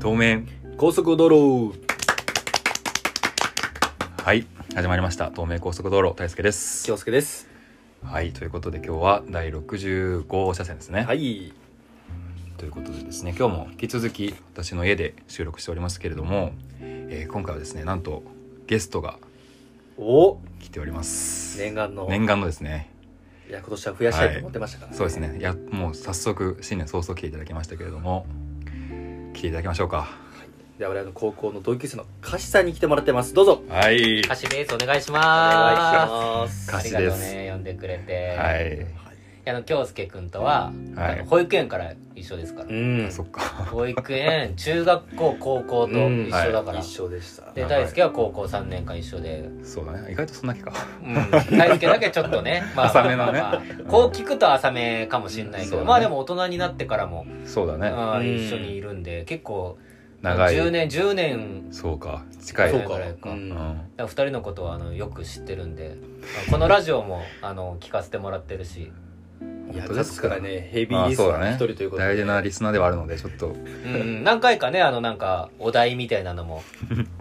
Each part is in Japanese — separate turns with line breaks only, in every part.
当面
高速道路
はい始まりました東名高速道路大輔です
清介です
はいということで今日は第65車線ですね、
はい
ということでですね今日も引き続き私の家で収録しておりますけれども、えー今回はですねなんとゲストが
お
来ております
念願の
念願のですね
いや今年は増やしたいと思ってましたから、
そうですねいやもう早速新年早々来ていただきましたけれども来ていただきましょうか
で我々の高校の同級生の歌詞さんに来てもらってますどうぞ
はい
歌詞ですお願いし
お願いしま
ます
す
歌詞
あり
で
がとう
す
ね呼んでくれて、、
はいい
あの京介君とは、
はい
あの保育園から一緒ですか
う
ら
ん
そっか
保育園中学校高校と一緒だから、
一緒でした
で
はい
大輔は高校3年間一緒で、
そうだね意外とそんな気か
うん、大輔だけちょっ とねまあ
浅めのね
まあまあまあこう聞くと浅めかもしれないけ
そう
ど、
だね
まあでも大人になってからも、
そうだ
う
ね
ん
うん
一緒にいるんで結構
長い
10年10年
そうか近い
そ
そうう
ね
か
か、う
うんん
2人のことはあのよく知ってるんであこのラジオもあの聞かせてもらってるし、
いや
本当で
です
す
か
から
ねヘビ
ま
ー
あ
リス
そう
ナ
だ
ー
ね
一人ということ
大
で
事なリスナーではあるのでちょっと
うん、何回かねあのなんかお題みたいな のも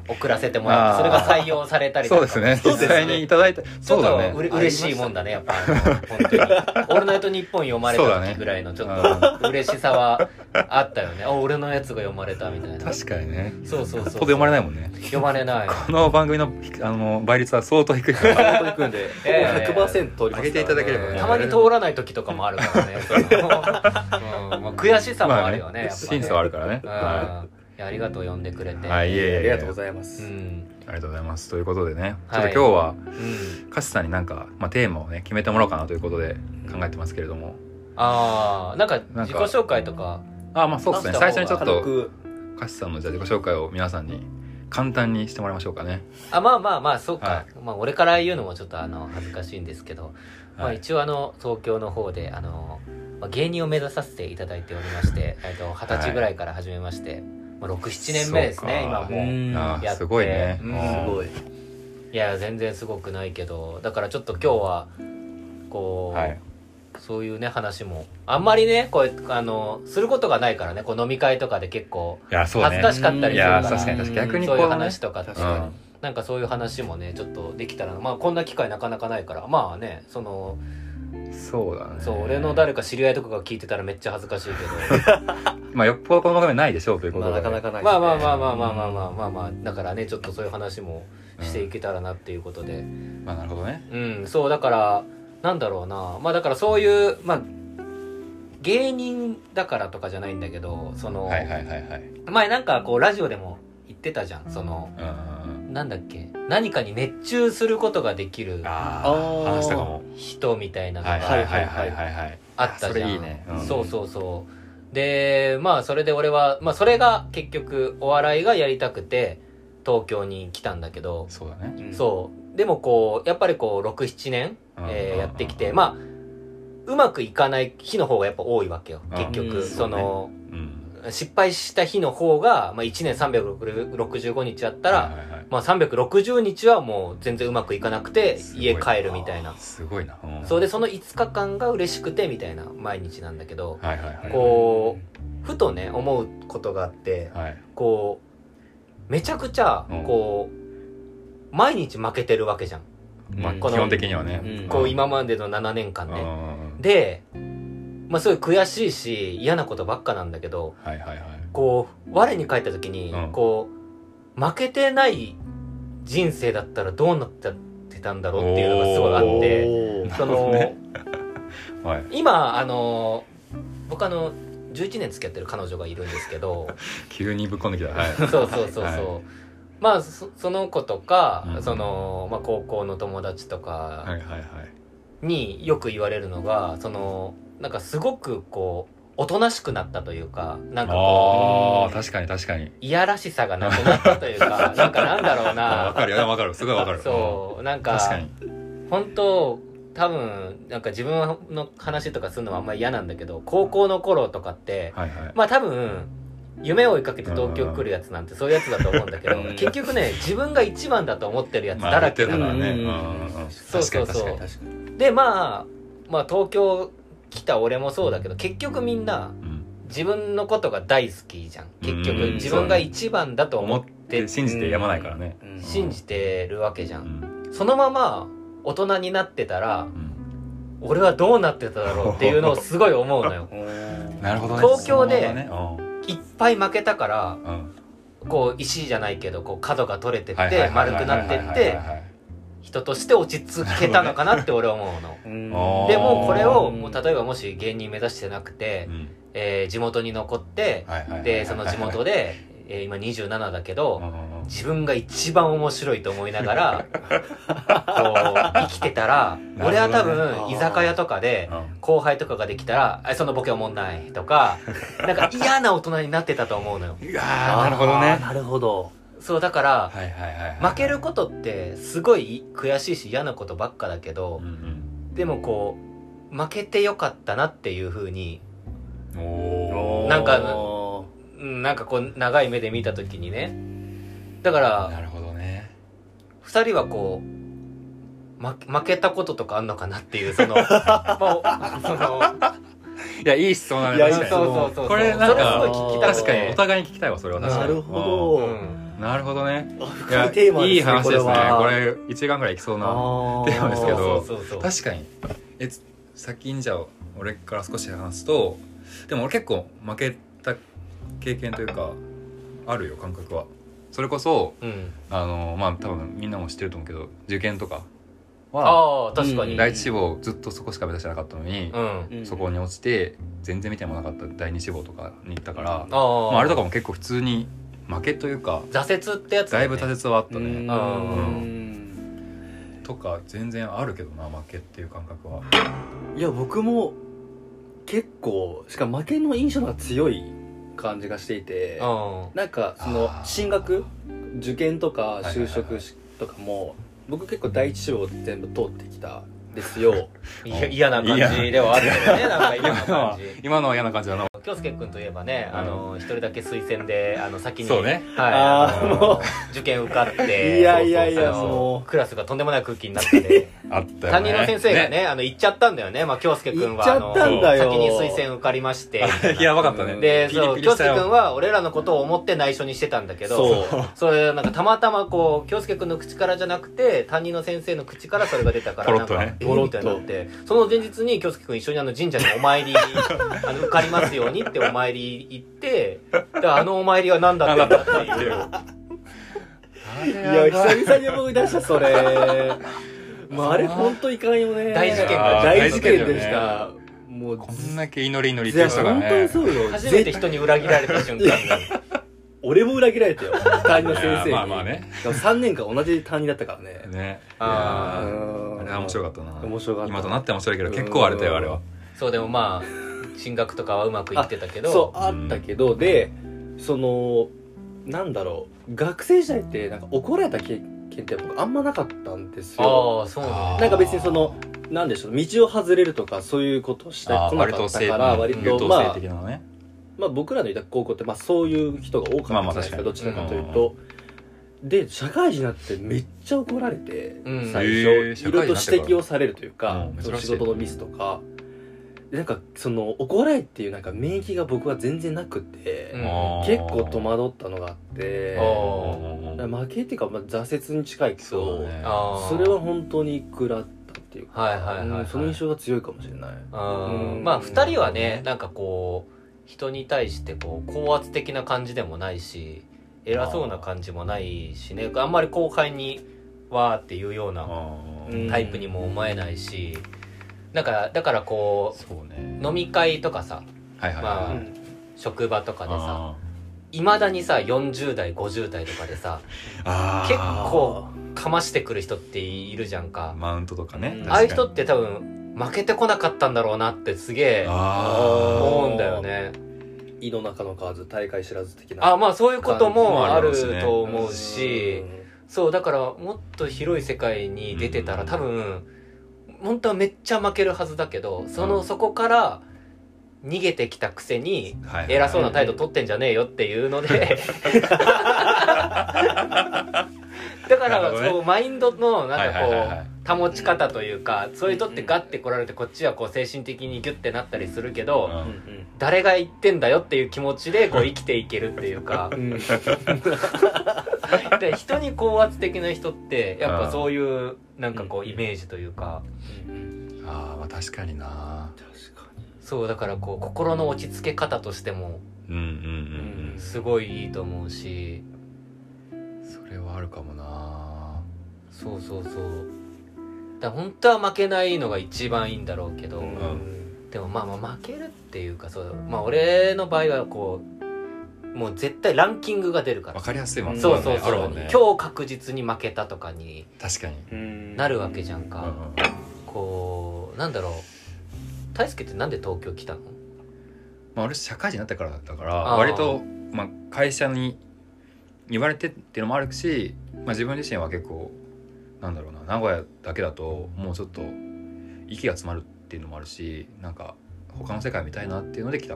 送らせてもらってそれが採用されたりと
そう
か
ですね
そう
実
ですね
際にいただいた
ちょ
そ
っ
うだ
と
ね
うれ嬉しいもんだねやっぱあの本当に「オールナイトニッポン」読まれ
そうだ
た
ね
時ぐらいのちょっと嬉しさはあったよねあ俺のやつが読まれたみたいな
確かにね
そうそうそう
ここで読まれないもんね
読まれない
この番組のあの倍率は相当低い から
本当に組んで
ええ
100%取りますから
上げていただければね
たまに通らない時とかもあるからね、 そのうんまあ悔しさもあるよね,、やっぱね
審査はあるからね
うん
はい
やありがとう呼んでくれて、
はいいえいえ
ありがとうご
い
ざいます、
うん
ますありがとうございますということでねちょっと
は
今
い
日は
うん、
カシさんになんかまあテーマをね決めてもらおうかなということで考えてますけれども
ああなんか
なん
自己
か
紹介とか
あまあそうですね
話
最初
した
にちょっ
方が
軽
と
く
カシさんのじゃあ自己紹介を皆さんに簡単にしてもらいましょうかね
あまあまあまあそうか、
は
まあ、俺から言うのもちょっとあの恥ずかしいんですけど、ま
は
あ、
い
一応あの東京の方であの、まあ、芸人を目指させていただいておりましてえっと二十歳ぐらいから始めまして、まあ、67年目ですね
そうか
今もう
うん
あー
やって
すごいね
う
うんんすごい
いや全然すごくないけどだからちょっと今日はこう、
はい
そういうね話もあんまりねこうやってあのすることがないからねこう飲み会とかで結構
いやそう
恥
ね
ずかしかったりするから、
いや確かに確かに逆にこ
そうう
ね
いう話とかって
確かに
なんかそういう話もねちょっとできたらなまあこんな機会なかなかないからまあねその
そうだね
そう俺の誰か知り合いとかが聞いてたらめっちゃ恥ずかしいけ
まあよっぽどこの番組ないでしょうというこ
まあ
とで
なかなかない
ど
です
ま
ね
あまあまあまあまあまあまあまあまあだからねちょっとそういう話もしていけたらなっていうことで
まあなるほどね
うんそうだからなんだろうなまあだからそういうまあ芸人だからとかじゃないんだけどその、
はいはいはいはい
前なんかこうラジオでも言ってたじゃんその
うん
なんだっけ何かに熱中することができる
あ
あ
あ
ー
話したかも
人みたいなの
はい
が
はいはいはいはいはい
あった
そ
じゃん、
れいいねうん
そうそうそうでまあそれで俺は、まあ、それが結局お笑いがやりたくて東京に来たんだけど、
そうだね
うん
そうでもこうやっぱりこう67年、
うんうんうん
え
う
ー
ん
やってきてまあうまくいかない日の方がやっぱ多いわけよ
うん
結局、
うん
その
うん
失敗した日の方が、まあ、1年365日あったら、
はいはいはい
まあ、360日はもう全然うまくいかなくて
すごい
家帰るみたいな
すごいなうん
そうでその5日間が嬉しくてみたいな毎日なんだけど
はいはいはい
こうふとね思うことがあって
はい
こうめちゃくちゃ
うん
こう毎日負けてるわけじゃん
まあ
うん
基
この
本的にはね
うん
こう今までの7年間ね
ね
でまあすごい悔しいし嫌なことばっかなんだけど
はいはいはい
こう我に返った時に
うん
こう負けてない人生だったらどうなってたんだろうっていうのがすごいあって。
おー
そ
なるほど
の、
ねはい
今あの僕あの11年付き合ってる彼女がいるんですけど
急にぶっこんできた はい
そうそうそうそう、
は
まあそその子とか、
うん
その、まあ、高校の友達と
は
か
いはいはい
によく言われるのが、そのなんかすごくこうおとなしくなったというかなんか
あ
こ
あ
う
確かに確かに
いやらしさがなくなったというかなんかなんだろう
あ わ
な
かるよわかるすごいわかる
そうなんか
確かに
本当多分なんか自分の話とかするのはあんまり嫌なんだけど高校の頃とかって、
はいはい
まあ多分夢を追いかけて東京来るやつなんてそういうやつだと思うんだけど
うん
結局ね自分が一番だと思ってるやつ
まあ
だら
言
け
って
だ
た
か
かららねうん
うん
うんうん
そうそうそう
確かに確かに
確かに
でまあまあ東京来た俺もそうだけど結局みんな
うん
自分のことが大好きじゃん結局
うん
自分が一番だと思
思
っ
ってて信じてやまないからね、
うん
信じてるわけじゃ
うんん
そのまま大人になってたら
うん
俺はどうなってただろうっていうのをすごい思うのよ
なるほどね
東京で
そのままね
いっぱい負けたから
うんうん
こう石じゃないけどこう角が取れてっ
はいは
て
いはい
丸
はい
く
はい
なってっ
はい
て
はいはい
人として落ち着けたのかなって俺は思うの
うん
あー
でもうこれをもう
え
例えばもし芸人目指してなくて
う、ん
えー地元に残って
はいはいはいはい
でその地元で、えー今27だけど、
うんうんうん
自分が一番面白いと思いながらこう生きてた
な
ら、
るほどね
俺は多分居酒屋とかで
うん
後輩とかができたら「あそのボケおもんない」とかなんか嫌な大人になってたと思うのよ
いやーなるほどね
なるほど
そうだから、
はいはいはいはい
負けることってすごい悔しいし嫌なことばっかだけど
うん、
でもこう負けてよかったなっていう風に
うんおー
なんか
お
うんなんかこう長い目で見た時にねだから
なるほどね
2人はこう、ま、負けたこととかあんのかなっていう そのまあその
いやいい質問だね
いや
確
そう
かに
そうそうそう
これなんか
それすごい聞きたく
確
て
かにお互いに聞きたいわそれは
ー
確か
な
に
るほど、
うん
うんなるほどね
あ
い
深
や
いテーマですね
いい話ですね
これは
これ1時間ぐらいいきそうな
あー
テーマですけど
そうそうそうそう
確かにえつ先にじゃあ俺から少し話すとでも俺結構負けた経験というかあるよ感覚はそれこそ
うん、
あのまあ多分みんなも知ってると思うけど受験とかは
ああ確か
う
に、うんん
第一志望ずっとそこしか目指してなかったのに、
うん
そこに落ちて全然見てもなかった第二志望とかに行ったから、
あー、
まあ、あれとかも結構普通に負けというか
挫折ってやつだ
だい
よね、
ぶ挫折はあったね、
うん
とか全然あるけどな負けっていう感覚は。
いや僕も結構しかも負けの印象の方が強い感じがしていて
うん
なんかその
あー
進学受験とか
いはいはいはい
就職しとかも僕結構第一志望全部通ってきたんです よ
いや嫌な感じではあるけどねなんか嫌
今
な
のは
感じ
今のは嫌な感じだな
京介君といえばね
うん
あの一人だけ推薦であの先に
そうね
はい
あー
あの
も
受験受かって
いやいやいや
あの
もう
クラスがとんでもない空気に なってて
あったよね
担任の先生がねあの行っちゃったんだよねまあ京介君はあの
行っちゃった
んだ
よ
先に推薦受かりましてみ たいな
やばかったね
で
ピリ
そう
ピリ
京
した
介
よ
君は俺らのことを思って内緒にしてたんだけど
そう
それなんかたまたまこう京介君の口からじゃなくて担任の先生の口からそれが出たか
ポ
ら
ロ
な
ッ
ん
と
か
ね
えーみたいになってその前日に京介君一緒にあの神社にお 参りあの受かりますようにってお参り行ってであのお参りは何だったんだっていう
いや久々に僕出した それまああれ本当いかんよね
大事件だよ
大事件でしたもう
こんだけ祈り祈りっ
い
てい
や
う人が
本当に
ね
そうよ
初めて
絶
人に裏切られた瞬間に
俺も裏切られたよ担任の先生
い
に
やまあまあね
でも3年間同じ担任だったからね
ね
あ
いや
うん
ーあれは面白かったな
面白かった
今となっては面白いけど結構荒れたよあれは
そうでもまあ進学とかはうまくいってたけど
そうあ
うん
ったけど、でそのなんだろう学生時代ってなんか怒られた経験って僕あんまなかったんですよ
ああそうなん
あー
だ
なんか別にそのなんでしょう道を外れるとかそういうことをして
あー
こな
割
か
と
った
正
から割
優
と
等
ま
生
あ
的なのね
まあ僕らのいた高校ってまあそういう人が多かったじゃないですか,、
まあまあ
どちらかというと、で社会人になってめっちゃ怒られて、
うん
最
へー
初いろいろと
社会人になってから
指摘をされるというか、
うん
その
珍しい
仕事のミスとかでなんかその怒られっていうなんか免疫が僕は全然なくて、
うん
結構戸惑ったのがあって
あ
だから負けっていうか、まあ、挫折に近いけど
そうね
あー
それは本当に食らったっていうか、
はいはいはいはい
うんその印象が強いかもしれない。
う
うんん
まあ2人はね
うん
なんかこう人に対してこう高圧的な感じでもないし偉そうな感じもないしねあんまり後輩に「わー」っていうような
うん
タイプにも思えないしなんかだからこ
そうね
う飲み会とかさ
はいはい
まあ
は
う
い
ん
職場とかでさ
あ
いまだにさ40代50代とかでさ
ーあー
結構かましてくる人っているじゃんか
マウントとかね
うん
確かに
ああいう人って多分負けてこなかったんだろうなってすげえ
あ
思うんだよね
井の中の蛙大会知らず的な
あまあそういうこともあると
と
思うし、そうだからもっと広い世界に出てたら多分本当はめっちゃ負けるはずだけどそのそこから逃げてきたくせに
はい
偉そうな態度取ってんじゃねえよっていうの でだか
なる
ら
ほどね
こうマインドのな
はいはいはいは
んかこう保ち方というかそれとってガッて来られてこっちはこう精神的にギュッてなったりするけど、
うん
誰が言ってんだよっていう気持ちでこう生きていけるっていうか
うん
で人に高圧的な人ってやっぱそういうなんかこうイメージというか
あーまあ確かにな
確か
そうだからこう心の落ち着け方としても
うんうん
うん
すごいいいと思うし
うんうんそれはあるかもな
そうそうそうだから本当は負けないのが一番いいんだろうけど、
にうん
でもまあまあ負けるっていうかそうまあ俺の場合はこうもう絶対ランキングが出るから
わかりやすいもんね
そうそう
あ
そ
る
う、
もんね
今日確実に負けたとかに
確かに
うん
なるわけじゃんか、
うんうん
こうなんだろう大輔ってなんで東京来たの
まあ、俺社会人になってからだったから
あー
割と、まあ、会社に言われてっていうのもあるし、まあ、自分自身は結構なんだろうな名古屋だけだともうちょっと息が詰まるっていうのもあるしなんか他の世界見たいなっていうので来た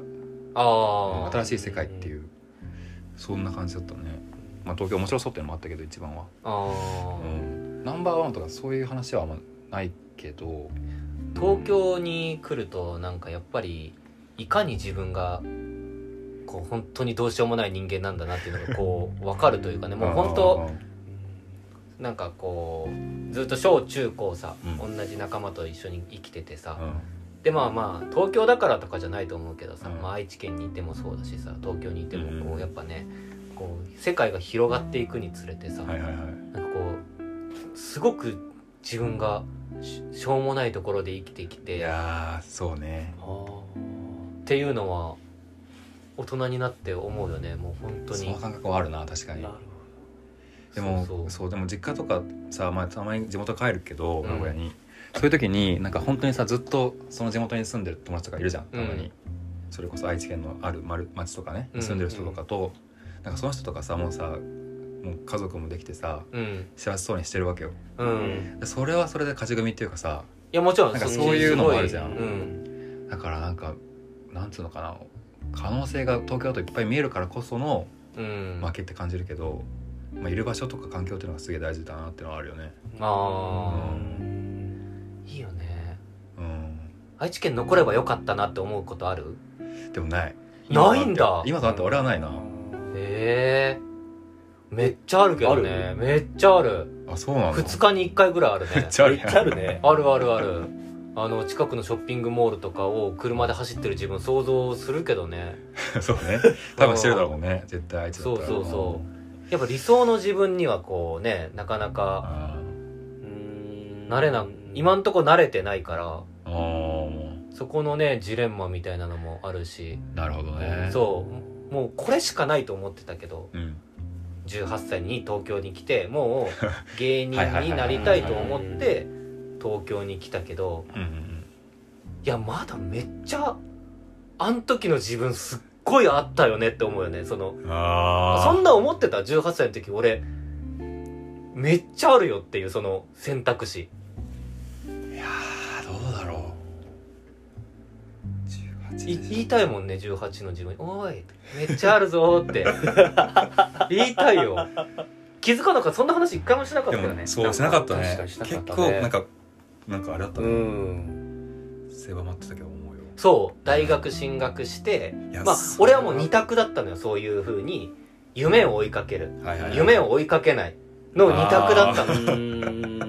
ああ
新しい世界っていうそんな感じだったね、まあ、東京面白そうっていうのもあったけど一番は、
あ
う
ー、
ん、ナンバーワンとかそういう話はあんまないけど
東京に来るとなんかやっぱりいかに自分がこう本当にどうしようもない人間なんだなっていうのがこ う分かるというかねもう本当なんかこうずっと小中高さ、
う
同じ仲間と一緒に生きててさ
う、ん
でまあまあ東京だからとかじゃないと思うけどさ、
うん
まあ、愛知県にいてもそうだしさ東京にいてもこ
うん
うやっぱねこう世界が広がっていくにつれてさ、
はいはいはい
なんかこうすごく自分がししょうもないところで生きてきて
いやーそうね
あー
っていうのは大人になって思うよねもう本当
そ
に
の感覚はあるな確かに
なるほ
でも
そ
そうう
そ
でも実家とかさ、まあ、たまに地元帰るけど
うん
名古屋に、そういう時になんか本当にさずっとその地元に住んでる友達とかいるじゃんたまに、
うん
それこそ愛知県のある丸町とかね
うん
住んでる人とかと、なんかその人とかさもうさもう家族もできてさ
うん
幸せそうにしてるわけよ
う
ど
ん
でそれはそれで勝ち組っていうかさ
いやもちろん
なんか
っち
そういうのもあるじゃん
すごいうん
だからなんかなんつうのかな可能性が東京だといっぱい見えるからこその
うん
負けって感じるけど、まあ、いる場所とか環境っていうのがすげえ大事だなっていうのはあるよね。
あ
うん
ーいいよね
うん
愛知県残ればよかったなって思うことある
でもない
ないんだ
今となって俺はないな、
へえめっちゃあるけど
ある
ねめっちゃある
あそうなの
2日に1回ぐらいある
め
ね
っちゃあ
め
る
っ
やん
ちゃあるね
あるあるあるあの近くのショッピングモールとかを車で走ってる自分想像するけどね
そうね多分してるだろうね絶対あいつだったら
そうそうそやっぱ理想の自分にはこうねなかなか
あ
慣れな今んとこ慣れてないから
あー
そこのねジレンマみたいなのもあるし
なるほどね
そうもうこれしかないと思ってたけど
う、ん、
18歳に東京に来ても う芸人になりたいと思って東京に来たけど
うんうん
いやまだめっちゃあん時の自分すっごいあったよねって思うよねその
うんあ
そんな思ってた18歳の時俺めっちゃあるよっていうその選択肢
あいやーどうだろう18
い
でしょ
言いたいもんね18の自分に「おいめっちゃある ぞ」って言いたいよ気づかなかったそんな話一回もしなかっ
で
たよ
も
ね
そうしなかった
確
ね
かにしなかった
結
ね
構なんかなんかあれだった
う
ね、
ん
狭まってたけど思うよ
そう大学進学して
いや
まあ
それ
俺
は
はもう二択だったのよそういうふうに夢を追いかける
はいはいはい
夢を追いかけないの二択だった
う
の
ん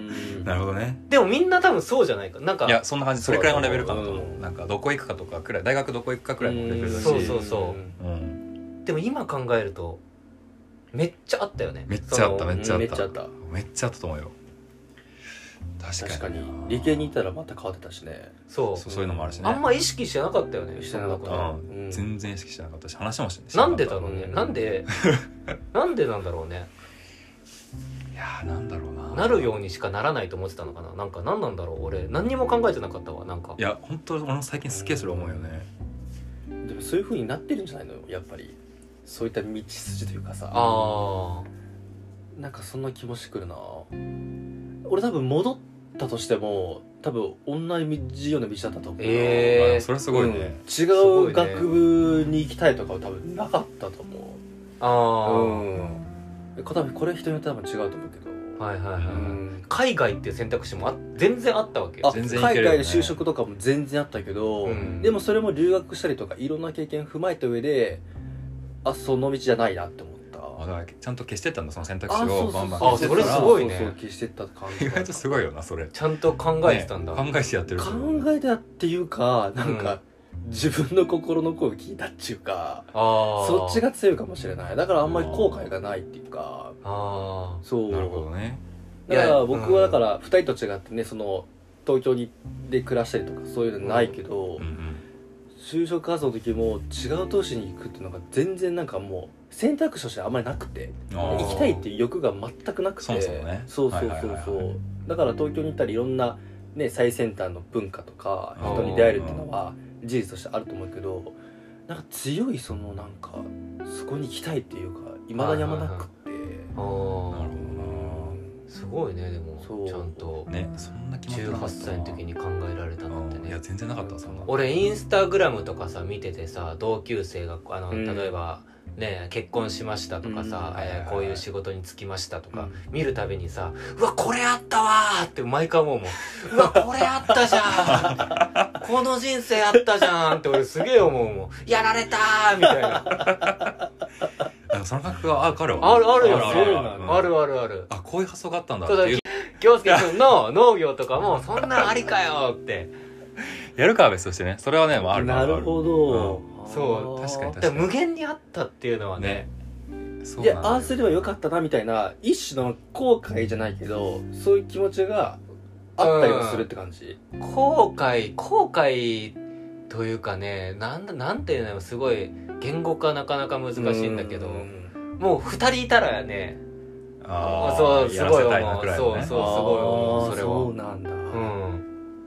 なるほどね
でもみんな多分そうじゃないかなんか
いやそんな感じそれくらいのレベル感
そうだと思う
なんかどこ行くかとかくらい大学どこ行くかくらいのレベルだし
そうそうそ
うん
でも今考えるとめっちゃあったよね
めっちゃあった
その
めっちゃあった
めっちゃあった
めっちゃあったと思うよ確かに
確かに理系にいたらまた変わってたしね
そう
そうそういうのもあるしね
あんま意識してなかったよね
してなかった
そんこ
う
うん
ん、全然意識してなかったし話もしして
とな
か
ん
った
でだろうね、
うん
なん でなんでなんだろうね
いやーなんだろうな
なるようにしかならないと思ってたのかななんか何なんだろう俺何にも考えてなかったわなんか
いや本当俺も最近すっげえそれ思うよね
でもそういう風になってるんじゃないのやっぱりそういった道筋というかさ
ああ
なんかそんな気もしてくるな俺多分戻っったとしても多分同じような道だったと思う、
えー
あそれはすごいね、
違
ごいうね
学部に行きたいとかは多分なかったと思
あ
う
あ、
うん多分これ人によって多分違うと思うけど、
はいはいはい、
うん
海外っていう選択肢もあ全然あったわけ
あ
全然いけ
海
るよね
外で就職とかも全然あったけど、
うん
でもそれも留学したりとかいろんな経験踏まえた上であその道じゃないなって思った
あだからちゃんと消してったんだその選択
あ
肢
そ
を
うそ
バ
う
ンバン
そう
あそ
消して
れす
たら
ごいね
そうそう消してった感じ
意外とすごいよなそれ
ちゃんと考えてたんだ、
ね考えてやってる
考えたっていうかなんか、自分の心の声を聞いたっていうか
ああ
そっちが強いかもしれないだからあんまり後悔がないっていうか
あ
そう
なるほどね
だか
いや
ら僕はだから2人と違ってねその東京にで暮らしたりとかそういうのないけど、
うんうん
就職活動の時も違う都市に行くっていうのが全然なんかもう選択肢としてあんまりなくて
あー
行きたいっていう欲が全くなくて
そもそもね
そうそうそう
はいはいはい
そう、
はい
だから東京に行ったらいろんな、ね、最先端の文化とか
あー
人に出会えるっていうのは事実としてあると思うけどなんか強いそのなんかそこに行きたいっていうかいまだにあんまなくって、
あ
な
あ
るほど
すごいねでも
そう
ちゃんと
ねそんな気持ちなかっ
18
たな
歳の時に考えられたのって
うんい
ね
や全然なかったわそんな
俺インスタグラムとかさ見ててさ同級生があの、
うん
例えばね結婚しましたとかさ、
うん
えーこういう仕事に就きましたと
う
か、
ん
見るたびにさ「うわこれあったわ!」って毎回思うもん「うわこれあったじゃんこの人生あったじゃん!」って俺すげえ思うもん「やられた!」みたいな
あその感覚があるわ
あるあるよね
あ
あ
るある
る
ある
あるある
あこういう発想があったんだって
ただ
いう
京介君の農業とかもそんなんありかよって
やるかは別としてねそれはねまあある
なるほど、
うんそう
あー
確かに確か
で無限にあったっていうのはね
にそう
いや
なんだ
ああすればよかったなみたいな一種の後悔じゃないけどそういう気持ちがあったりもするって感じ、
後悔後悔というかねなんだなんていうのよすごい言語化なかなか難しいんだけど
う
もう二人いたらね
あー
そうす
やら
ごい
せ
思
たいなく
う
らい
そ
の
う
ね
そうすごい思うそれ
あーそ
は
うなんだ、
うん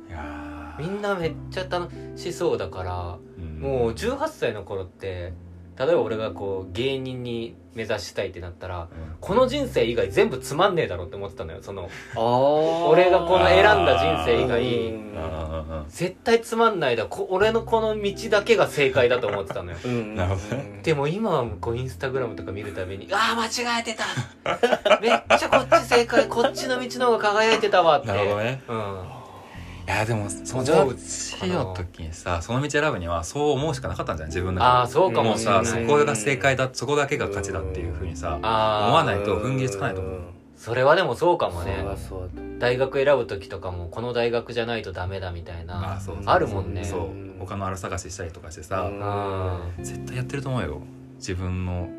いやー
みんなめっちゃ楽しそうだから
うん
もう18歳の頃って例えば俺がこう芸人に目指したいってなったら
うん
この人生以外全部つまんねえだろって思ってたのよその
ああ
俺がこの選んだ人生以
う
外
うんんうんうん
絶対つまんないだこ俺のこの道だけが正解だと思ってたのよ
うん
なるほどね
でも今はこうインスタグラムとか見るたびに ああ間違えてた めっちゃこっち正解こっちの道の方が輝いてたわって
なるほどね
うん
いやでもその上
思う
司の時にさその道選ぶにはそう思うしかなかったんじゃない自分の
ああそうか
も
も
う
しれな
さ
い
そこが正解だそこだけが勝ちだっていうふうにさ
ああ
思わないと踏ん切りつかないと思う
それはでもそうかも
それ
ね
はそうだ
大学選ぶ時とかもこの大学じゃないとダメだみたい
あ
な
そうそう
あるもんね
そう
うん
他のあら探ししたりとかしてさ
う
あ
絶対やってると思うよ自分の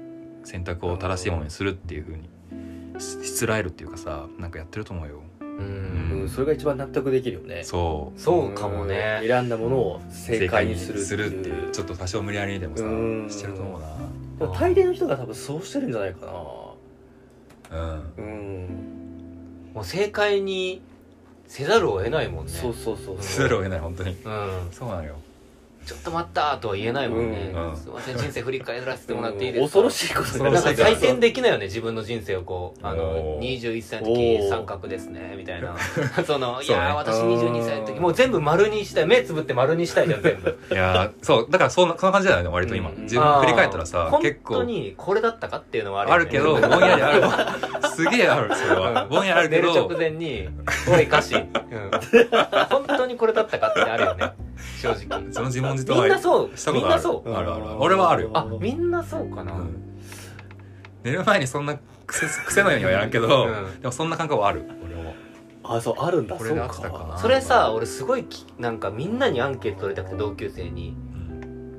選択を正しいものにするっていうふうにししつらえるっていうかさなんかやってると思うよ
うん
うんそれが一番納得できるよね
そう
そうかもね
うん選んだものを正解にする
正解にするっていうちょっと多少無理やりにでもさ
うん
してると思う
でも大抵の人が多分そうしてるんじゃないかな
なうん
うん
もう正解にせざるを得ないもんね
そうそうそう
せざるを得ない本当に
うん、
そうなのよ
ちょっと待ったとは言えないもんね、
うん
すいません人生振り返らせてもらってい いです
恐
か
ろしいことに
なん
な
か
る
恐ろし
採
い
点できないよね自分の人生をこうあの
おー
21歳の
お
時
ー
三角ですねみた いなそのい
そうね
やー私22歳の
う
時
ん
もう全部丸にしたい目つぶって丸にしたいじゃん全部
いやーそうだからそんなそんな感じだよね割と今
う ん
自分振り返ったら
あー
さ
本
結
当
構
にこれだったかっていうのはある
あ
よね
るけどぼんやりあるわすげえあるそれ
う
は
ん
ぼんやりあるけ
寝る
ど
直前に「おい歌詞、うん、 本当にこれだったか」ってあるよね正直
その自問自答
みんな
は
そう
したこ
み
と
ん
あ
な
る
そう
う
あるあるある俺はあるよ
あみんなそうかな、
うん寝る前にそんな 癖癖のようにはやらんけど、
うん
でもそんな感覚はある俺も
あそうあるんだ
こ
そ
れ
う
で合ってたかな
か
それさ俺すごいきなんかみんなにアンケート取りたくて同級生に「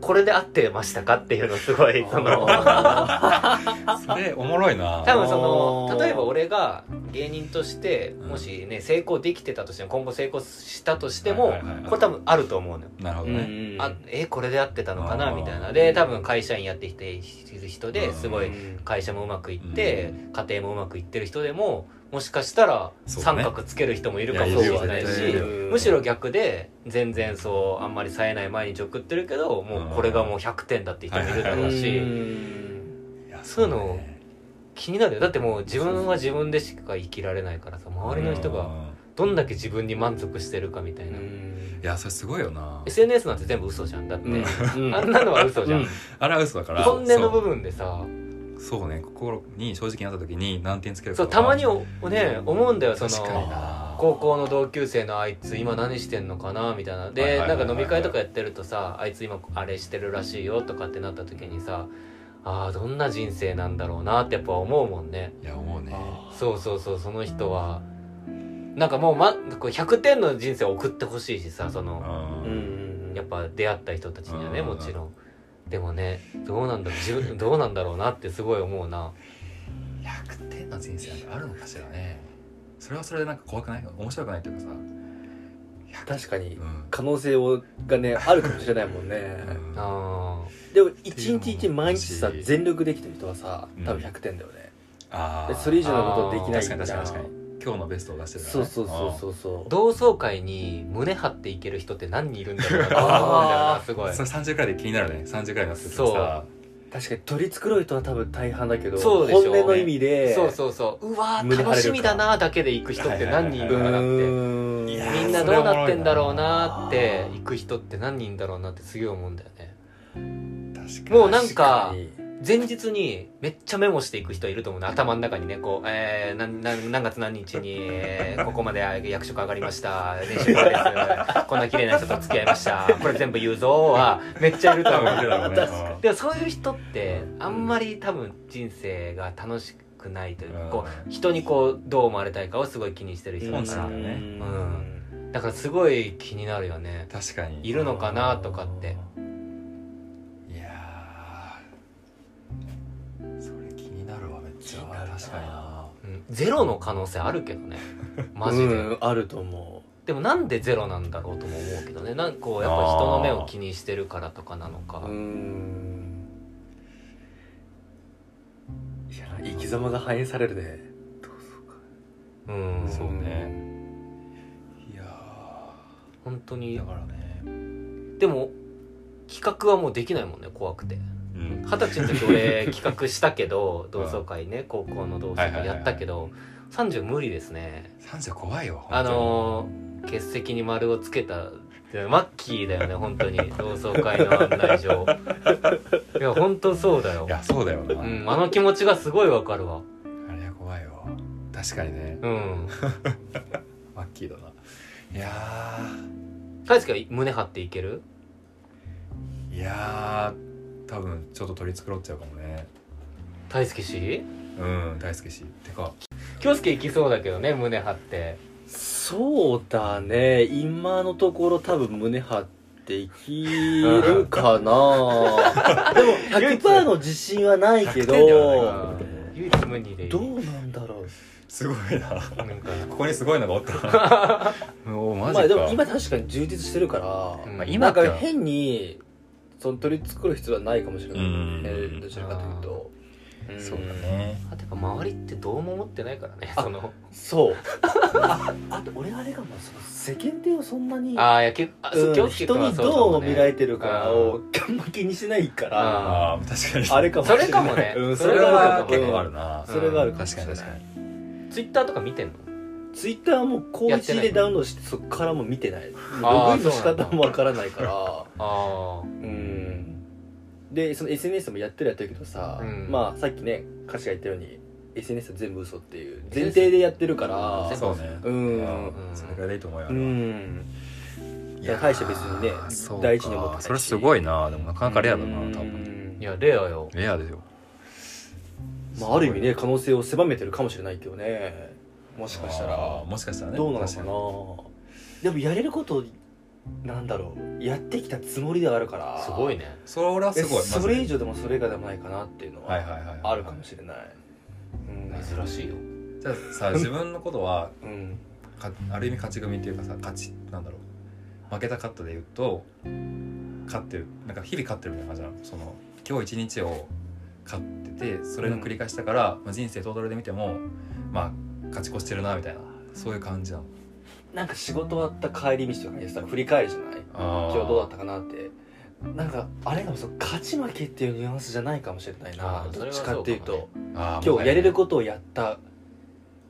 これで合ってましたか?」っていうのすごいその
あ
それおもろいな
多分その
あー
例えば俺が芸人としてもしね成功できてたとしても今後成功したとしても
はいはいはい
これ多分あると思うのよ。
なるほ
ー
どね、
うん
あえこれで合ってたのかな
あー
みたいなで多分会社員やってきている人ですご
う
い
ん
会社もうまくいって家庭もうまくいってる人でももしかしたら
そうだ
三
ね
角つける人もいるかも
い
し
やいる
れ
よ
ない
絶対い
し
るよ
むしろ逆で全然そうあんまり冴えない毎日送ってるけどもうこれがもう100点だって人もいるだろう
う
し
ん
いや
そういうの
ね
気になるよだってもう自分は自分でしか生きられないからさ周りの人が
うん
どんだけ自分に満足してるかみたいな、
いやそれすごいよな
SNS なんて全部嘘じゃんだって、
うんうん
あんなのは嘘じゃん、
うん
あれは嘘だから
本音の部分でさ
そうそうね心に正直になった時に何点つけるか
そう
は
たまにおね思うんだよそ
確かに
の
な
高校の同級生のあいつ今何してんのかなみたいな
はい
で
はいはい
な
は
ん
い
か飲み会とかやってるとさあいつ今あれしてるらしいよとかってなった時にさあーどんな人生なんだろうなってやっぱ思うもんね
いや思うね
そうそうそうその人はなんかもう、ま、こう100点の人生を送ってほしいしさその
う
うん
ん
やっぱ出会った人たちにはね
うん
もちろんでもねどうなんだろう自分 どうなんだろうなってすごい思うな
100点の人生なんかあるのかしらねそれはそれでなんか怖くない面白くないっていうかさ
確かに
うん
可能性をが ねあるかもしれないもんね
うん
あー
でも一日一日毎日さ
うん
全力できてる人はさ
うん
多分100点だよね、
あ
で
あ
それ以上のことできない
確かに確かに確かに今日のベストを出してるから
そ
ね
うそうそうそうそう
同窓会に胸張っていける人って何人いるんだろうなと思うんだよなすご
う
い
んそれ30くらいで気になるね30くらいになって
そう
さ
確かに取り繕い人は多分大半だけど
そうでしょう
本
ね
音の意味で
そうそうそううわ
胸張れ
ー
るか
楽しみだなーだけで行く人って何人いる
う
のかなって
ーん
いや
みんなどうなってんだろうなーって行く人って何人いんだろうなってすげえ思うんだよね
確
もうなん
確か
か
に
前日にめっちゃメモしていく人いると思うね頭の中にねこう、えー、なんなん何月何日に、えーここまで役職上がりました年収これですこんな綺麗な人と付き合いましたこれ全部言うぞーはめっちゃいると思う
多分いるだろうね
確
うん
でもそういう人ってあんまり多分人生が楽しくないというか、
うん
こう人にこうどう思われたいかをすごい気にしてる人だ
本
か
心
ら、
だよね
う
だからすごい気になるよね
確かに
いるのかなとかって
いやーそれ気になるわめっちゃ
気になるな
確かにな
うんゼロの可能性あるけどねマジで、
うんあると思
でもなんでゼロなんだろうとも思うけどねなんかこうやっぱ人の目を気にしてるからとかなのか
ううーんいや生き様が反映されるねどうぞ
うん
そうねいや
本当
ー
に
だからね
でも企画はもうできないもんね怖くて
うん
二十歳の時俺企画した けど同窓会ね高校の同窓会やったけど30無理ですね
30怖いよ
あのー欠席に丸をつけたマッキーだよね 本当に同窓会の案内状いや本当そうだよ
い、やそうだよな、
うん、あの気持ちがすごいわかるわ
あれは怖いよ確かにね
うん
マッキーだないや
大輔は胸張っていける
ーいやー多分ちょっと取り繕っちゃうかもね
大輔氏
うん大好きしってか
京介いきそうだけどね胸張って
そうだね今のところ多分胸張っていきる かなでも100%の自信はないけ
100点では
ど
な
唯一無二でいい
どうなんだろう
すごい な
なんか
ここにすごいのがおったなおーマジか、
まあでも今確かに充実してるから、
うんまあ
今
なんか
か
変にその取り繕う必要はないかもしれない、
うん
えーどちらかというと、ん
そうだね
あてか周りってどうも思ってないからねその
そうああと俺あれかもその世間体をそんなに
ああいやけあ
うん
京介
人
君は
に
そうか
ど
も
う
ね
見られてるか
う
をあんま気にしないから、
あ
あ
あ確かに
あれかもしれない
それかもね
うん、
そ
そ
れ
れがあ
は
るかも
結構あるな、
それがあるかもし
確か
れ
に
ない
確かに
ツイッターとか見てんの
ツイッターはもう公
やって
式
ない
でダウンロードしてそこからも見てないロ
あ
グ
ー
インの仕
そうなんだ
方もわからないから
ああ
うんでその SNS もやってるやってるけどさ、
うん
まあさっきね歌詞が言ったように SNS は全部嘘っていう前提でやってるから
全部
そうね
うん
うんそれがいいと思うよ、
うん
い
や大して別にね
そうか
大事に思ってないし
それすごいなでもなかなかレアだな
う
多
ん
分
いやレアよ
レアですよ
まあ、ある意味ね可能性を狭めてるかもしれないけどねも
も
しかしたら
もしかしたらね
どうなのか
確
な
に
でもやれることなんだろうやってきたつもりではあるから
すごいね
それは
です
ごいマジで
それ以上でもそれ以外でもないかなっていうの
はい
は
はいはい
あるかもしれない、うん
珍しいよ
じゃあさ自分のことは
うん
かある意味勝ち組っていうかさ勝ちなんだろう負けたカットで言うと勝ってるなんか日々勝ってるみたいな感じなのその今日一日を勝っててそれの繰り返しだから、まあ、人生トータルで見てもまあ勝ち越してるなみたいなそういう感じなの
なんか仕事終わった帰り道とかにさ振り返るじゃない
あー
今日どうだったかなってなんかあれがそう勝ち負けっていうニュアンスじゃないかもしれない
あ
な
ー
どっちかっていうと
それはそう
今日やれることをやった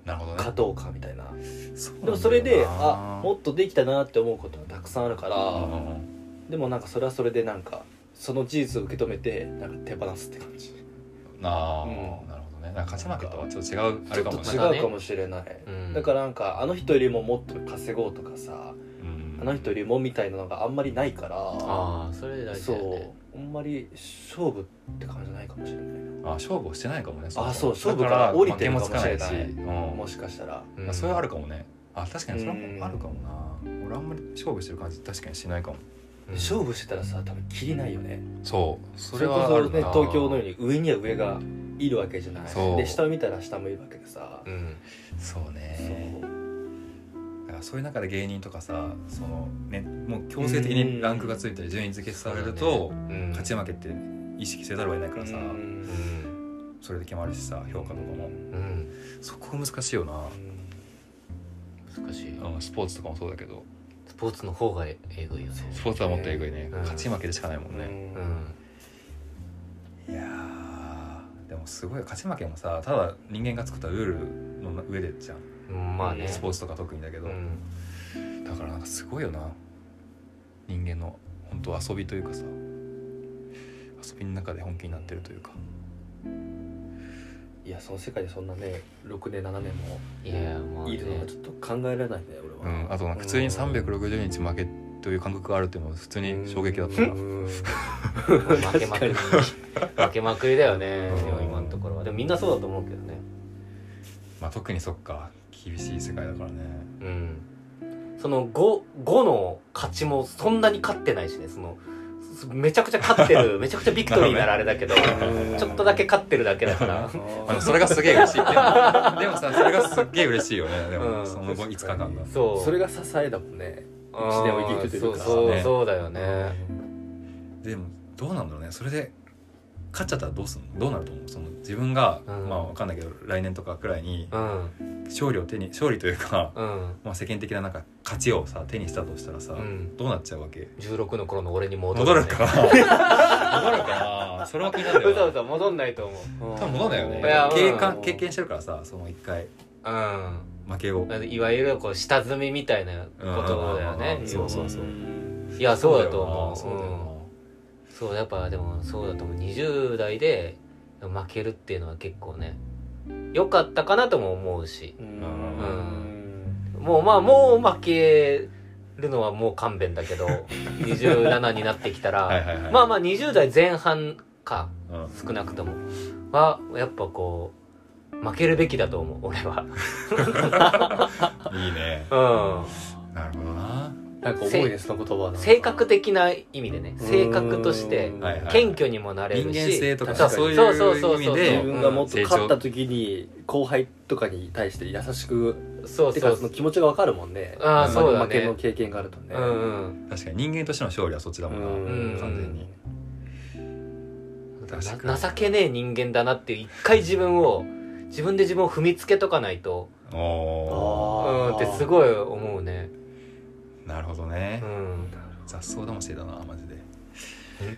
なるほどね
勝とうかみたいな
そうなんだよな
でもそれであもっとできたなって思うこともたくさんあるか
うんう
ら
んうん
でもなんかそれはそれでなんかその事実を受け止めてなんか手放すって感じ
ああ、
うん
なるほどねなんか勝ち負けとはちょっと違うあれかもし
ち
れ
ょっ
ない
と違うかもしれない、
うん
だからなんかあの人よりももっと稼ごうとかさ
うん
あの人よりもみたいなのがあんまりないから
ああそれで大事
そ
だよね
うあんまり勝負って感じじゃないかもしれない
あ勝負をしてないかもねもも
あそう勝負
だ
から降り
負
て
け
る
も
の
つ
か
か
もし
な
れ
いし、
ない
うん
もしかしたら
うん
あそれはあるかもねあ確かにそれ
うん
もあるかもな俺あんまり勝負してる感じ確かにしないかも
うん
勝負してたらさ多分切りないよね
そうそ
そ
れ
れ
は
こ
あ
そ
る
ね
な
東京のように上には上がいるわけじゃない
そう
で下を見たら下もいるわけでさ、
うん
そうね
そう
だからそういう中で芸人とかさそのねもう強制的にランクがついたり順位付けされると
うん
勝ち負けって意識せざるを得ないからさ
うん
うん
それで決まるしさ評価とかも
うん
そこ難しいよな
難しい
うんスポーツとかもそうだけど
スポーツの方がえぐいよね
スポーツはもっとえぐいね
ん
勝ち負けでしかないもん
う
ね
ん
うん
いやーでもすごい勝ち負けもさただ人間が作ったルールの上でじゃん
うんまあね
スポーツとか特にだけど、
うん
だからなんかすごいよな人間の本当遊びというかさ遊びの中で本気になってるというか
いやその世界でそんなね6年7年も
いやいやまあね
いるのがちょっと考えられないね
う
俺は、
んあとなんか普通に360日負けという感覚があるっていうのは普通に衝撃だったな
うん
負けまくり負けまくりだよね
うん
でも今のところはでもみんなそうだと思うけどね
まあ特にそっか厳しい世界だからね
うんその 5, 5の勝ちもそんなに勝ってないしねそのそめちゃくちゃ勝ってるめちゃくちゃビクトリーならあれだけど
うん
ちょっとだけ勝ってるだけだ か
う
ら
あのそれがすげえ嬉しいっていうの はでもさそれがすっげえ嬉しいよねでも、
うん
その後5日間が
そう
それが支えだもんね一年を生きるというか
あーそうそう
ね
そうだよね
でもどうなんだろうねそれで勝っちゃったらどうすんのどうなると思うその自分が、
うん
まあわかんないけど来年とかくらいに
うん
勝利を手に勝利というか、
うん
まあ、世間的ななんか勝ちをさ手にしたとしたらさ、
うん
どうなっちゃうわけ
16の頃の俺に戻
戻る
ね
かな戻るかなそれは気になる
う そ
よ
うそう戻んないと思う
多分戻んないよね
いや
経
う
験
ん
経験してるからさその一回
うん
負けを
まあいわゆるこう下積みみたいなことだよね
うんそうそうそう
いやそうだと
そうだよなそうだよ
思ううんそうやっぱでもそうだと思う20代で負けるっていうのは結構ね良かったかなとも思うし
うん
もうまあもう負けるのはもう勘弁だ けど27になってきたら
はいはいはい
まあまあ20代前半か
なうん
少なくともはやっぱこう負けるべきだと思う俺 は
いいね
う
なるほどな
なんか重いねその言葉はなん
ん
か
性格的な意味でね性格として
うん
はいはい
謙虚にもなれるし
人間性とか
そう
そういう
そうそう
意味
自
で
分がもっ
っ
と勝った時に後輩とかに対して優しく
とそう
て
そ
か
う
その気持ちが分かるもんね
あ
ー
ん
そう
だね
負けの経験があるとね
うんうん
確かに人間としての勝利はそっちだもんな
うん
完全に確か
な
に
情けねえ人間だなって一回自分を自分で自分を踏みつけとかないと
お
う
あー
んってすごい思うね
ーなるほどね
うん
雑草魂だなマジで
え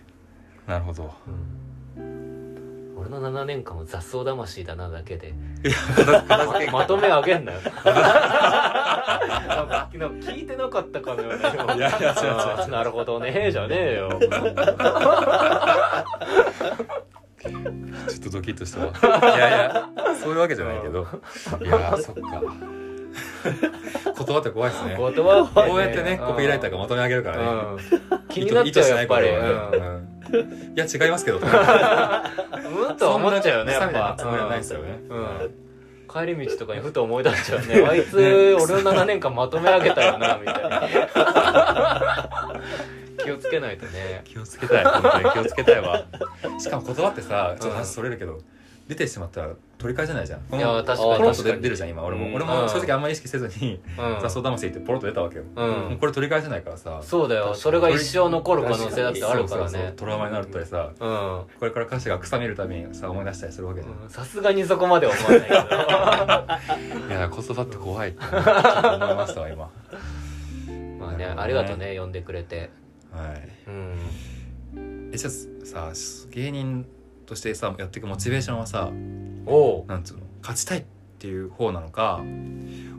なるほど
うん俺の7年間は雑草魂だなだけで
片
ままとめ上げん なよなんか聞いてなかったかのような今
いやいや違う違う
あーなるほどねじゃねえ よ
ちょっとドキッとしたわいやいやそういうわけじゃないけどいやーそっか言葉って怖いですねこ
言葉ってね
うやってねコピーライターがまとめ上げるからね
うん気になっちゃうやっぱり
意図しないことはね
う
うんいや違いますけど
んうんとは思っちゃうよね
そ
や
ん
っ
な
ぱ
つもりはないですよね
うん帰り道とかにふと思い出しちゃうねあいつ俺の7年間まとめ上げたよなみたいな気をつけないとね
気をつけたい本当に気をつけたいわしかも言葉ってさちょっと話それるけど出てしまったら取り返せないじゃんこ
い
の
や確
ポ
か
ロッ
に
と
確か
出
に
出るじゃん今俺
う
も
ん
俺も正直あんまり意識せずに
うん
雑草魂ってポロッと出たわけよ
う
もうんこれ取り返せないからさ
そうだよそれが一生残る可能性だってあるから
そうそうそう
ね
トラウマになったりさ
うん
これから歌詞が臭みるたびにさ思い出したりするわけじゃん
うんさすがにそこまでは思わないけど
いや言葉って怖いってねちょっと思いましたわ今
まあねありがとうね呼んでくれて
はい
うん
えじゃあさ芸人としてさやっていくモチベーションはさ
おう
なんつうの勝ちたいってっていう方なのか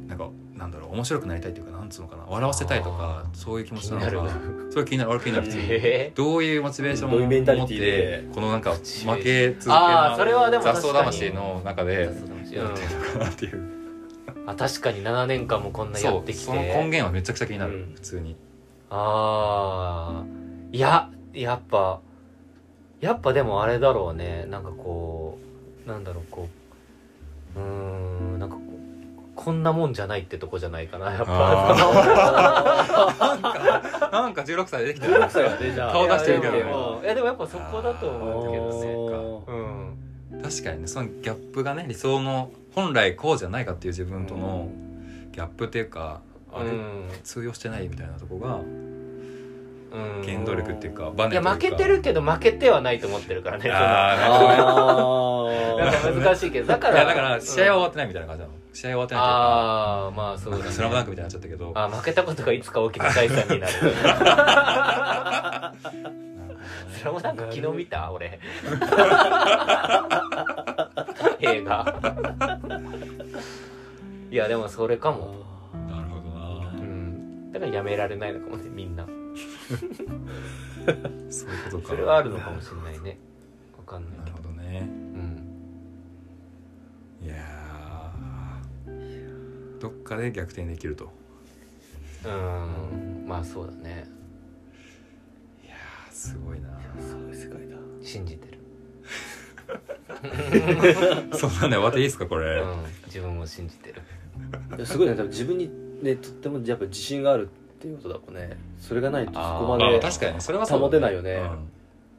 なんかなんだろう面白くなりたいっていうかなんつうのかな笑わせたいとか
あー
そういう気持ち
気
な
に
の
なる
かそれ気になる俺気になる普通に
え
どういうモチベーション
どういうメンタ
を
リ
持っ
ティ
て
で
このなんか負け続け
ああそ
な
れはでも
雑
確
草
かに
魂の中で
雑草魂
やってるのかなっていう
うんあ確かに7年間もこんなや
そ
って
う
きて
その根源はめちゃくちゃ気になる
うん
普通に
ああいややっぱやっぱでもあれだろうねなんかこうなんだろうこううーんなんかこうこんなもんじゃないってとこじゃないかなやっぱ
なんか なんか16歳でできた
16歳はねじゃあ
顔出してるけどね
いやでもいやでもやっぱそこだと思うけどね
ど
うん
確かにねそのギャップがね理想の本来こうじゃないかっていう自分とのギャップっていうかあれ
うん
通用してないみたいなとこが
うん
原動力っていうかバ
い
ネ
や
というか
負けてるけど負けてはないと思ってるからねなん
あ
か難しいけどだか
い
ら
やだから試合は終わってないみたいな感じなの試合は終わってないと
ああまあそう
いうかなんか、
だ、ね
スラムダンクみたいになっちゃったけど
あ負けたことがいつか大きな財産 になるスラムダンク昨日見た俺映画いやでもそれかも、
ー
なるほどな
うん、だからやめられないのかもねみんな
そういうことか
それはあるのかもしれないねわかんない
な
け
る
ど
ほどね
うん
いやーどっかで逆転できると
うんまあそうだね
いやーすごいな
すごい世界だ
信じ てる、
そんなね終わっていいですかこれ、
うん、自分を信じてる
いやすごいね多分自分にねとってもやっぱ自信があるっていうことだもんねそれがないとそこま
ま
で
あ確かにそれはそう
保てないよね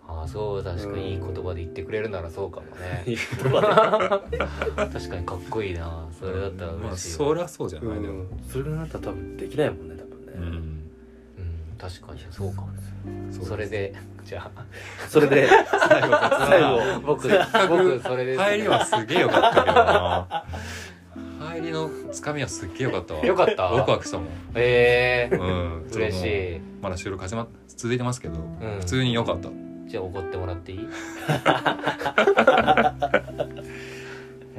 うん
ああそう確かにいい言葉で言ってくれるならそうかもね
いい言
確かにかっこいいなそれだったら
まあ
嬉しい
そ
わ、
りゃそうじゃ
う
ない、でも
ん、それがなったら多分できないもんね多分ね、
うん
うん、確かにそうかも
そ
そうれでじゃ
それで
最後
最後
あ僕
く
僕それです、
入りはすげえよかったけどな入りのつかみはすっげえよかったわ
よかった
ワクワクしたもん
ええ
うん
嬉し
い
い
まだ収録始まっ続いてますけど、
ん
普通に良かったい
じゃあ怒ってもらっていい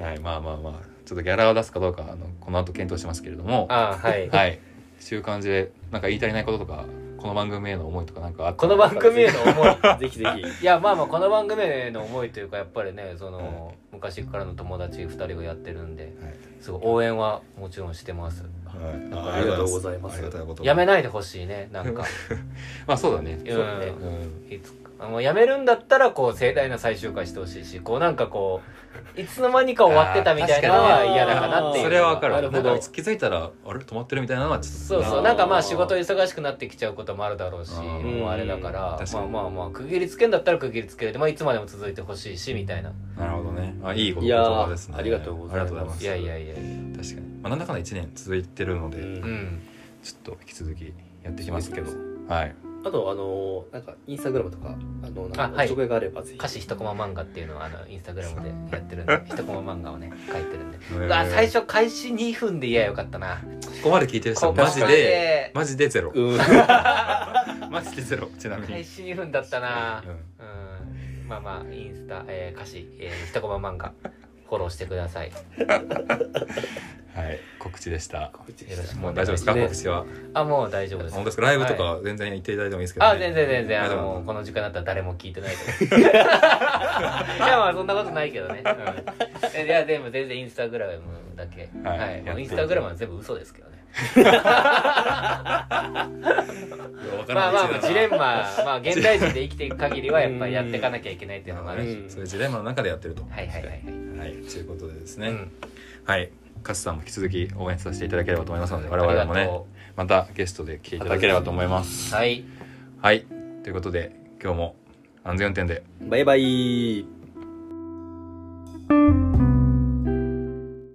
はいまあまあまあちょっとギャラを出すかどうかあのこの後検討しますけれども
ああはい
はい週刊誌でなんか言い足りないこととかこの番組への思いとかなんかあった
この番組への思い
ぜひぜ
いやまあまあこの番組への思いというかやっぱりねその、昔からの友達2人がやってるんで
はい
すごい応援はもちろんしてます
はい
あありがとうございます
ありがたいこと
やめないでほしいねなんか
まあそうだね
うん
そうだね
うん
いつかもうやめるんだったらこう盛大な最終回してほしいしこうなんかこういつの間にか終わってたみたいなの
あ
は
ー確かに
嫌だかなっていう
それはわかる
なるほど
なんいつ気づいたらあれ止まってるみたいなのはちょっと
そうそ
あー
うなんかまあ仕事忙しくなってきちゃうこともあるだろうし
あー
もうあれだから
確か
まあ
に
まあまあ区切りつけんだったら区切りつけるで、まあ、いつまでも続いてほしいしみたいな
なるほどねあいいこと
いやー
言葉ですね
ありがとうございま
あ
す
りがとうご
いやいやいや
確かに、まあ、なんだかんだ1年続いてるので、
ひ、う
う
ん
ん
ちょっと引き続きやっていきますけど
そ
はい
あとあのーなんかインスタグラムとかあのな
あ
ん
は
か
い
紹介があればぜひ
歌詞一コマ漫画っていうのをあのインスタグラムでやってる んで一コマ漫画をね書いてるんでうわ最初開始2分で言えばよかったな
ここまで聞いてる人は
ここま
マジでマジでゼロ
うん
マジでゼロちなみに、
開始2分だったな
うん
うんまあまあインスタ、えー、歌詞、えー、一コマ漫画フォローしてください。
はい告知でした
告知でし
よろ
た
しく
も
お
う大丈夫
願
で
い
す
し
か、
ま
告
す。
知は
あ、もう大丈夫です。
本当ですかライブと
はい
か全然行っていただいてもいいですけど、ね
あ、全然全然、あの、もうこの時間だったら誰も聞いてない です。いや、まあそんなことないけどね。うん、いや、でも全然インスタグラムだけ。
は
はいい。
やって
インスタグラムは全部嘘ですけどね。
分から
ま
ない
あまあまあ、ジレン
マ
マ、まあ現代人で生きていく限りはやっぱりやっていかなきゃいけないっていうのもあるし。
そういうジレンマの中でやってると
はいはいはいはい。
はいということでです
う
ね、
ん。
はいカスさんも引き続き応援させていただければと思いますので
あ
我
り
々
が
もね
と
またゲストで来ていただければと思います
う。はい。
はいということで今日も安全運転で
バイバイ